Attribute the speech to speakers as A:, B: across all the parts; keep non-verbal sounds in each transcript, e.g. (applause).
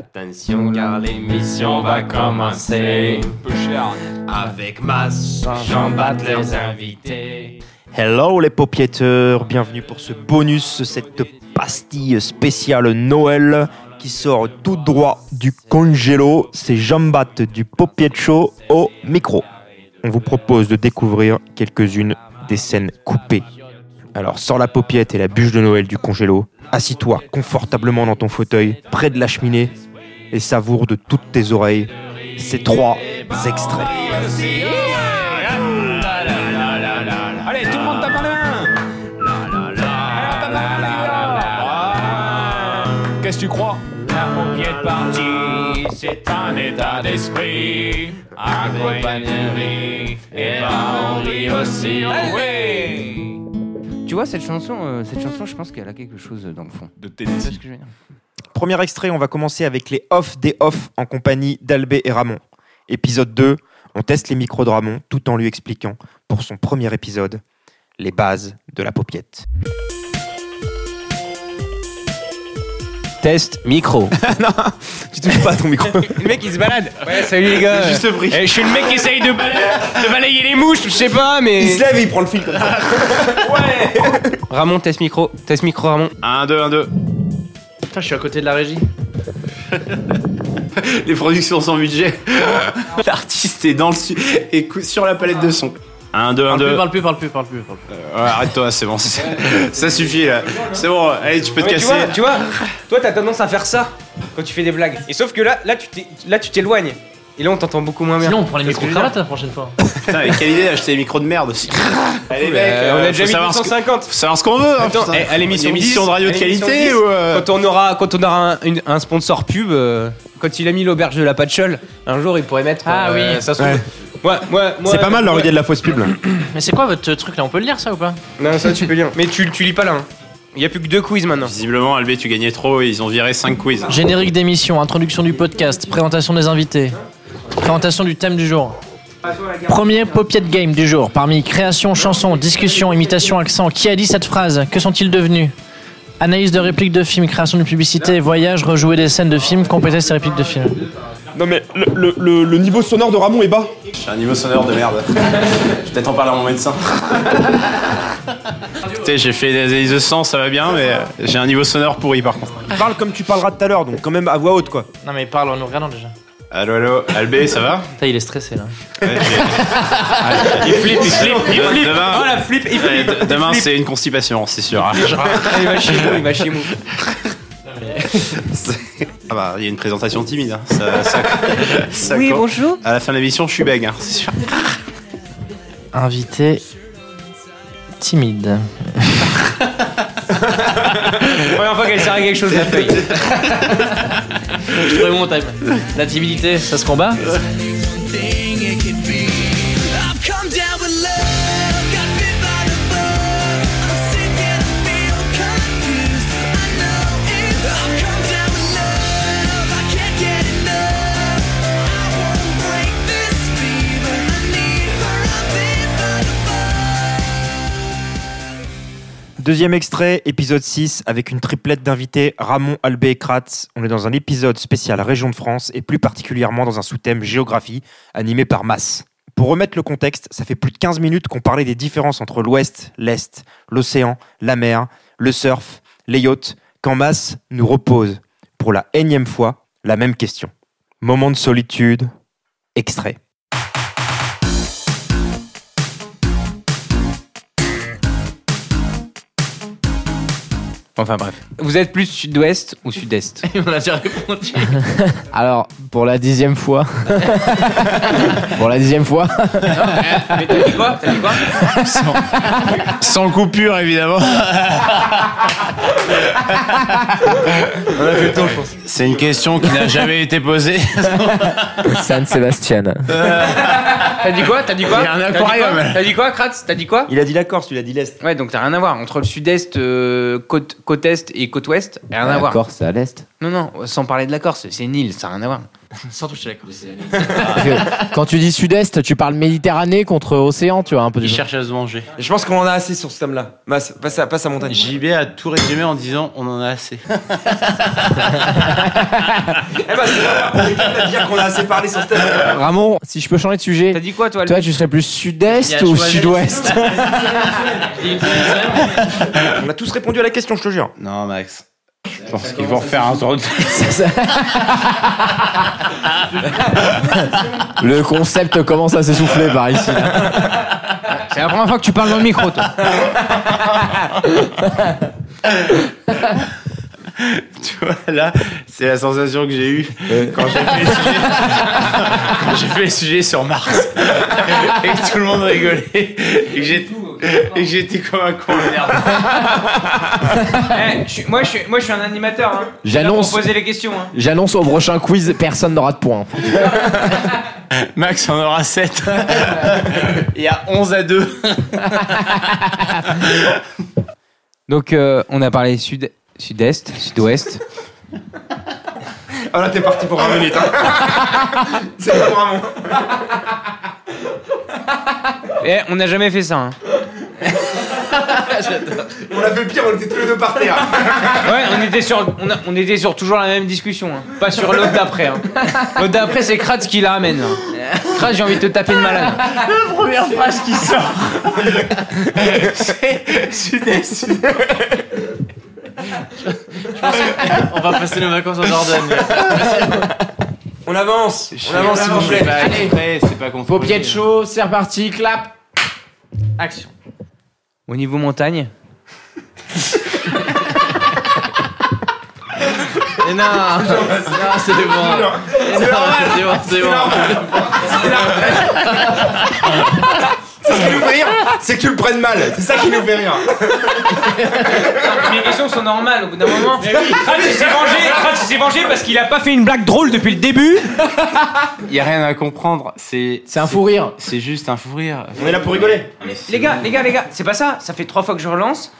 A: Attention car l'émission va commencer Avec masse, j'en batte les invités
B: Hello les paupiéteurs, bienvenue pour ce bonus, cette pastille spéciale Noël qui sort tout droit du congélo. C'est Jean Batte du Popiet Show au micro. On vous propose de découvrir quelques-unes des scènes coupées. Alors sors la paupiette et la bûche de Noël du congélo, assis-toi confortablement dans ton fauteuil, près de la cheminée, et savoure de toutes tes oreilles ces trois extraits.
C: Allez, tout le monde tape dans les mains Alors, tape
A: Ah,
C: dans les
D: Ah.
C: mains. Ouais. Qu'est-ce que tu crois La paupiette partie, c'est un état d'esprit. Avec Valérie
E: Eh.
C: et Henri aussi, oui
D: Tu vois cette chanson, euh, cette chanson, je pense qu'elle a quelque chose euh, dans le fond.
C: De
D: Tu vois ce
C: Tennessee.
D: que je veux dire
B: Premier extrait, on va commencer avec les off des off en compagnie d'Albé et Ramon. Épisode 2, on teste les micros de Ramon tout en lui expliquant, pour son premier épisode, les bases de la paupiette.
E: Test
B: (laughs)
E: micro.
B: Tu touches pas à
E: (laughs)
B: ton micro.
D: Le mec il se balade Ouais, salut les gars
B: Juste le bruit.
D: Eh, Je suis le mec qui essaye de, bala- de balayer les mouches, je sais pas, mais.
B: lève et il prend le fil.
D: Ramon, test micro, test micro, Ramon.
A: 1, 2, 1, 2
E: Putain, je suis à côté de la régie.
A: (laughs) Les productions sans
E: (laughs)
A: budget L'artiste est dans le su- écoute, sur la palette de son 1, 2, 1,
E: Parle
A: 2
E: plus, parle plus, parle plus, parle plus. parle plus.
A: Euh, Arrête-toi, c'est bon, c'est- ça suffit là C'est bon, allez, tu peux te
D: tu vois,
A: casser
D: tu vois, toi t'as tendance à faire ça quand tu fais des blagues. Et sauf que là, là tu t'é- là tu t'éloignes. Et là on t'entend beaucoup moins bien.
E: Sinon, on prend les
D: Tu vois ce que je veux
E: micro-cravates la prochaine fois.
A: Putain, mais quelle idée d'acheter des micros de
D: (laughs)
A: merde aussi Allez,
D: dire
A: mec,
D: Euh, on
A: euh,
D: a
A: faut
D: déjà mis
A: savoir ce que-
D: 250.
A: faut savoir ce qu'on veut, hein,
D: Attends,
A: putain.
D: eh, à l'émission
A: Une émission
D: 10,
A: de radio
D: à
A: de
D: l'émission
A: qualité
D: 10,
A: ou... euh,
D: Quand on aura, quand on aura un, une- un sponsor pub, euh, quand il a mis l'auberge de la Patchole, un jour il pourrait mettre.
E: Ah
D: euh,
E: oui.
D: ça se trouve.
B: Ouais.
D: Moi, moi, moi-
B: C'est pas mal leur
D: ouais.
B: idée de la fausse pub. là.
E: Mais c'est quoi votre truc là On peut le lire ça ou pas
D: Non, ça tu peux lire. Mais tu, tu lis pas là. hein. Il y a plus que deux quiz maintenant.
A: Visiblement, Albé, tu gagnais trop, ils ont viré 5 quiz. hein.
E: Générique d'émission, introduction du podcast, présentation des invités, présentation du thème du jour. Premier popiette game du jour. Parmi création, chanson, discussion, imitation, accent, qui a dit cette phrase Que sont-ils devenus Analyse de répliques de films, création de publicité, voyage, rejouer des scènes de films, compléter ces répliques de films.
B: Non mais le, niveau sonore de Ramon est bas.
A: J'ai un niveau sonore de merde. Je vais peut-être en parler à mon médecin. (laughs) Écoutez, j'ai fait des analyses de sang, ça va bien, mais euh, j'ai un niveau sonore pourri par contre.
B: Il parle comme tu parleras tout à l'heure, donc quand même à voix haute quoi.
E: Non mais parle en nous regardant déjà.
A: Allo, allo, Albé, ça va
E: Putain, il est stressé là.
A: (laughs) Il flippe, il flippe, il flippe
D: Oh
A: Demain,
D: la flip, il
A: Ouais,
D: flippe.
A: de- demain, c'est une constipation, c'est sûr. hein.
D: Ah, Il va chez nous, il va chez nous.
A: Ah bah, il y a une présentation timide. hein. Ça- ça- ça compte.
D: bonjour.
A: À la fin de l'émission, je suis bègue, hein, c'est sûr.
E: Invité timide.
D: Première fois qu'elle sert à quelque chose la feuille.
E: Je mon time. La timidité, ça se combat
F: thing it could be. I've come down with love, got bit by the bug. I'm sick and I feel confused. I know it. I've come down with love, I can't get enough. I won't break this fever. I need her. I'm bit by the bug.
B: Deuxième extrait, épisode 6, avec une triplette d'invités, Ramon, Albé et Kratz. On est dans un épisode spécial Région de France et plus particulièrement dans un sous-thème Géographie, animé par Mass. Pour remettre le contexte, ça fait plus de 15 minutes qu'on parlait des différences entre l'Ouest, l'Est, l'océan, la mer, le surf, les yachts, quand Mass nous repose, pour la énième fois, la même question. Moment de solitude, extrait.
D: Enfin bref. Vous êtes plus sud-ouest ou sud-est
E: On a déjà répondu.
G: Alors, pour la dixième fois. pour la dixième fois.
D: Mais t'as dit quoi T'as dit quoi
A: Sans coupure, (laughs) évidemment. C'est une question qui n'a jamais été posée.
G: San Sebastian.
D: T'as dit quoi T'as dit quoi
A: Il y a un
D: T'as dit
A: aquarium.
D: quoi T'as dit quoi, Kratz T'as dit quoi
B: Il a dit la Corse, tu l'as dit l'Est.
D: Ouais, donc t'as rien à voir entre le sud-est, euh, côte, côte est et côte ouest. Rien à voir.
G: Corse, c'est à l'est.
D: Non, non, sans parler de la Corse, c'est une île, ça n'a rien à voir.
C: Sans toucher la Corse.
D: Ah.
E: Parce que Quand tu dis sud-est, tu parles Méditerranée contre océan, tu vois, un peu du
A: Ils cherchent à se venger.
B: Je pense qu'on en a assez sur ce thème-là. Masse- Passe à, passe à montagne.
A: JB a tout résumé en disant on en a assez.
B: Eh ben, c'est pas pour de dire qu'on a assez parlé sur ce thème.
E: Ramon, si je peux changer de sujet,
D: T'as dit quoi, toi,
E: toi
D: Alvin
E: tu serais plus sud-est
C: Il a
E: ou
C: choisi-
D: (laughs)
E: sud-ouest
C: (laughs)
B: On a tous répondu à la question, je te jure.
A: Non, Max. (laughs) Je pense qu'ils vont refaire un drone.
E: Le concept commence à s'essouffler par ici. là.
D: C'est la première fois que tu parles dans le micro, toi.
A: tu vois, là, c'est la sensation que j'ai eue quand j'ai fait, le sujet- (laughs) quand j'ai fait le sujet sur Mars. (laughs) et que tout le monde rigolait. Et que j'étais- et que j'étais comme un con. Merde.
D: Eh, je suis- moi, je suis, moi, je suis un animateur. Hein. Je suis là
E: J'annonce.
D: Pour poser les questions. Hein.
E: J'annonce au prochain quiz, personne n'aura de points.
A: Max en aura 7. Il y a 11 à 2.
D: Donc, euh, on a parlé sud, sud-est, sud-ouest.
B: (laughs) Ah là, t'es parti pour 20 minutes.
D: (laughs)
B: hein. c'est pas vraiment.
D: Eh, on n'a jamais fait ça. hein.
B: On a fait pire, on était tous les deux par terre.
D: (laughs) Ouais, on était sur, on, a- on était sur toujours la même discussion. hein. Pas sur l'autre d'après. hein. L'autre d'après, c'est Kratz qui la ramène. hein. Kratz, j'ai envie de te taper une malade.
C: Première phrase qui sort.
A: Sud-Est.
C: On va passer nos vacances en Dordogne.
B: On avance. On avance, s'il vous plaît.
A: C'est pas
E: Faut
A: compliqué.
E: pied de chaud, c'est reparti, clap
C: Action.
D: Au niveau montagne.
B: Eh
C: Et non, non c'est bon. Et non, C'est bon, c'est bon.
B: Ce qui nous fait rire, c'est que tu le prennes mal. C'est ça qui nous fait rire.
D: Mes questions sont normales au bout d'un moment. Kratz, il s'est vengé, Kratz, il s'est vengé parce qu'il a pas fait une blague drôle depuis le début.
A: Il y a rien à comprendre. C'est
E: C'est un fou rire.
A: c'est juste un fou rire.
B: On est là pour rigoler.
D: Les gars, les gars, les gars, c'est pas ça. Ça fait trois fois que je relance.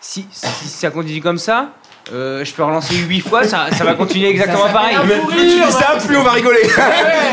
D: Si, si ça continue comme ça, euh, je peux relancer huit fois, ça, ça va continuer exactement pareil.
B: Mais plus tu dis ça, plus on va rigoler.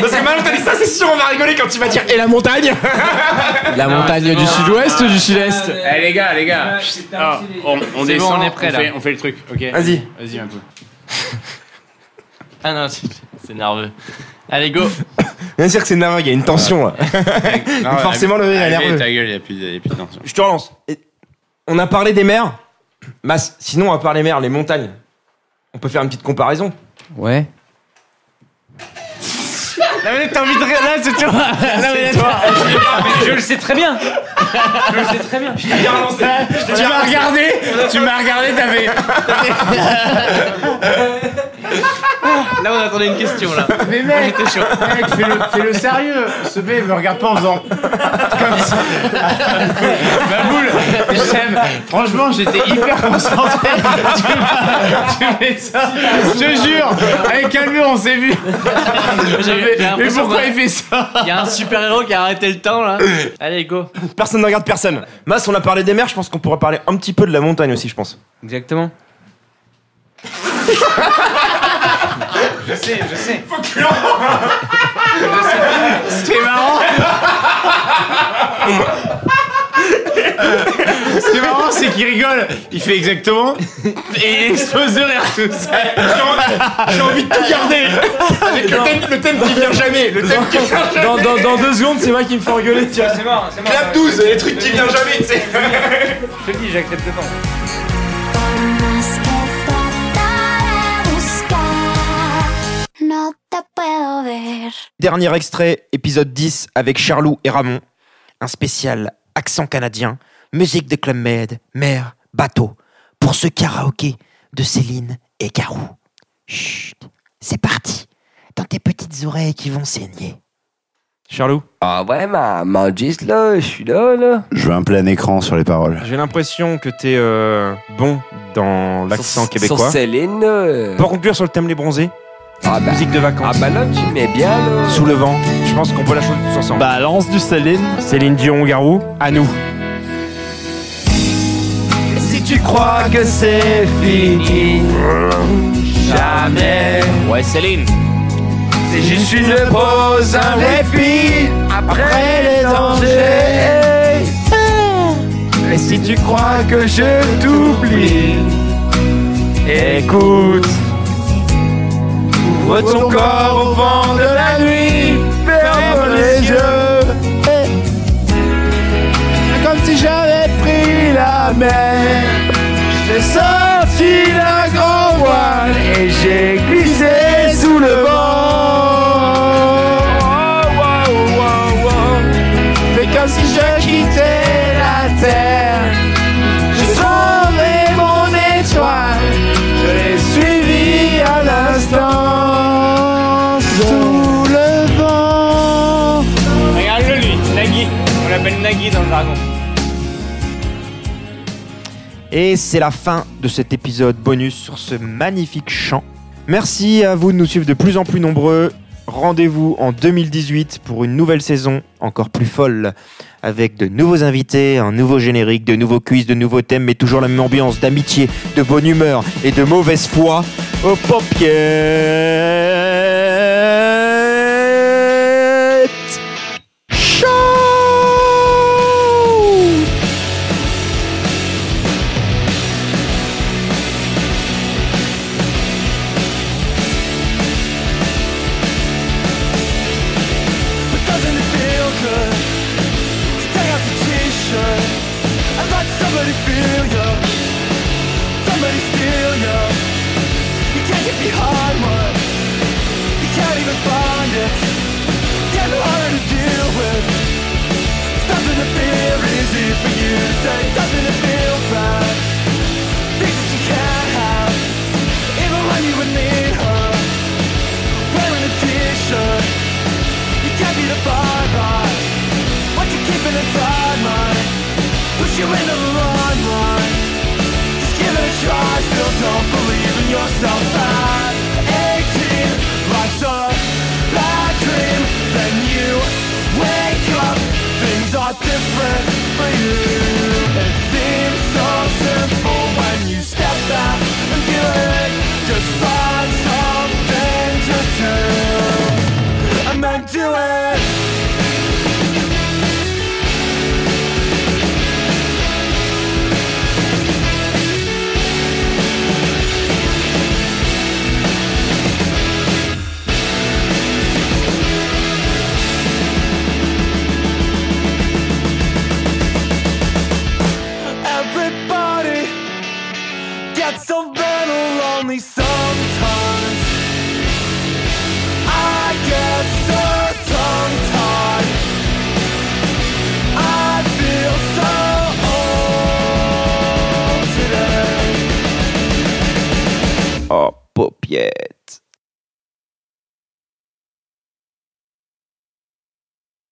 B: Parce que maintenant, t'as dit ça, c'est sûr, on va rigoler quand tu vas dire et la montagne.
E: La montagne du sud-ouest ou du sud-est
D: Euh,
A: Eh les gars, les gars.
D: Ouais, c'est
A: Ah,
D: terminé.
A: on, on
C: C'est
A: descend,
C: bon, on est prêt, là.
A: fait, on fait le truc, ok
B: Vas-y.
A: Vas-y un peu.
C: Ah non, c'est c'est nerveux. Allez,
B: (laughs)
C: go.
B: Bien sûr que c'est nerveux, il y a une tension là.
A: Non,
B: forcément, le rire est
A: allez,
B: nerveux.
A: ta gueule, il y a plus de, il y a plus de tension.
B: Je te relance. Et On a parlé des mers. Mas, sinon, à part les mers, les montagnes. On peut faire une petite comparaison.
D: Ouais. Je le sais très bien. Je le sais très bien.
A: Tu m'as regardé Tu m'as regardé, t'avais.
C: (laughs) Là, on attendait une question, là.
E: Mais mec, fais-le sérieux Ce mec me regarde pas en faisant...
C: (laughs) Ma boule J'aime Franchement, j'étais hyper concentré. tu, m'as- tu mets ça.
E: Je te jure Avec un mur, on s'est vu
C: J'ai j'ai l'impression qu'il
E: fait ça
C: y a un super-héros qui a arrêté le temps, là. Allez, go.
B: Personne ne regarde personne. Mas, on a parlé des mers, je pense qu'on pourra parler un petit peu de la montagne aussi, je pense.
D: Exactement. je sais, je sais.
C: C'est marrant.
A: Ce qui est marrant, c'est qu'il rigole. Il fait exactement. Et il explose de rire tout ça.
B: J'ai envie de tout garder Avec le thème, le thème qui vient jamais Le thème qui vient jamais
E: dans, dans- dans deux secondes, c'est moi qui me fais rigoler, tiens
D: C'est mort, c'est mort.
B: Clap 12, les trucs qui viennent jamais, tu sais
D: Je te dis, j'accepte pas.
H: Más que tratar de buscar, no te puedo ver.
I: Dernier extrait, épisode 10 avec Charlou et Ramon. Un spécial accent canadien, musique de Club Med, mer, bateau, pour ce karaoké de Céline et Garou. Chut, c'est parti, dans tes petites oreilles qui vont saigner.
B: Charlou
D: Ah ouais, ma, ma là, je suis là, là.
A: Je veux un plein écran sur les paroles.
B: J'ai l'impression que t'es euh, bon dans l'accent québécois.
D: Céline, euh.
B: Pour conclure sur le thème les bronzés,
D: Ah bah,
B: musique de vacances,
D: bah là, tu mets bien, là.
B: sous le vent, je pense qu'on peut la chanter tous ensemble.
E: Balance du Céline
B: Céline Dion, Garou,
E: à nous
B: Si tu crois que c'est fini,
C: jamais. Ouais, Céline. C'est juste une pause, un répit après les dangers. Et si tu crois que je t'oublie, écoute. Ouvre ton corps au vent de la nuit, ferme les yeux. Et Comme si j'avais pris la mer, j'ai sorti la grand voile et j'ai glissé sous le vent. Oh, wow, wow, wow. Fais comme si je quittais la terre. J'ai sauvé mon étoile, je l'ai suivi à l'instant sous le vent.
D: Regarde-le lui, Nagui. On l'appelle Nagui dans le jargon.
B: Et c'est la fin de cet épisode bonus sur ce magnifique chant. Merci à vous de nous suivre de plus en plus nombreux. Rendez-vous en 2018 pour une nouvelle saison encore plus folle, avec de nouveaux invités, un nouveau générique, de nouveaux quiz, de nouveaux thèmes, mais toujours la même ambiance d'amitié, de bonne humeur et de mauvaise foi aux paupiètes. Show
F: But doesn't it feel good to take off the t-shirt and let somebody feel you? Somebody steal you. You can't get behind one. You can't even find it. Getting harder to deal with. It's nothing to feel easy for you to say. Doesn't it feel bad? Things that you can't have, even when you would need her. Wearing a t-shirt. You can't be defined by what you're keeping inside mine. Push you into the limelight. Just give it a try. Still don't believe in yourself. At 18, life's a bad dream. Then you wake up. Things are different for you. It seems so simple when you step back and do it. Just find something to do and then do it. Everybody gets a little lonely sometimes. I get so tongue-tied. I feel so old today.
B: Oh, paupiètes.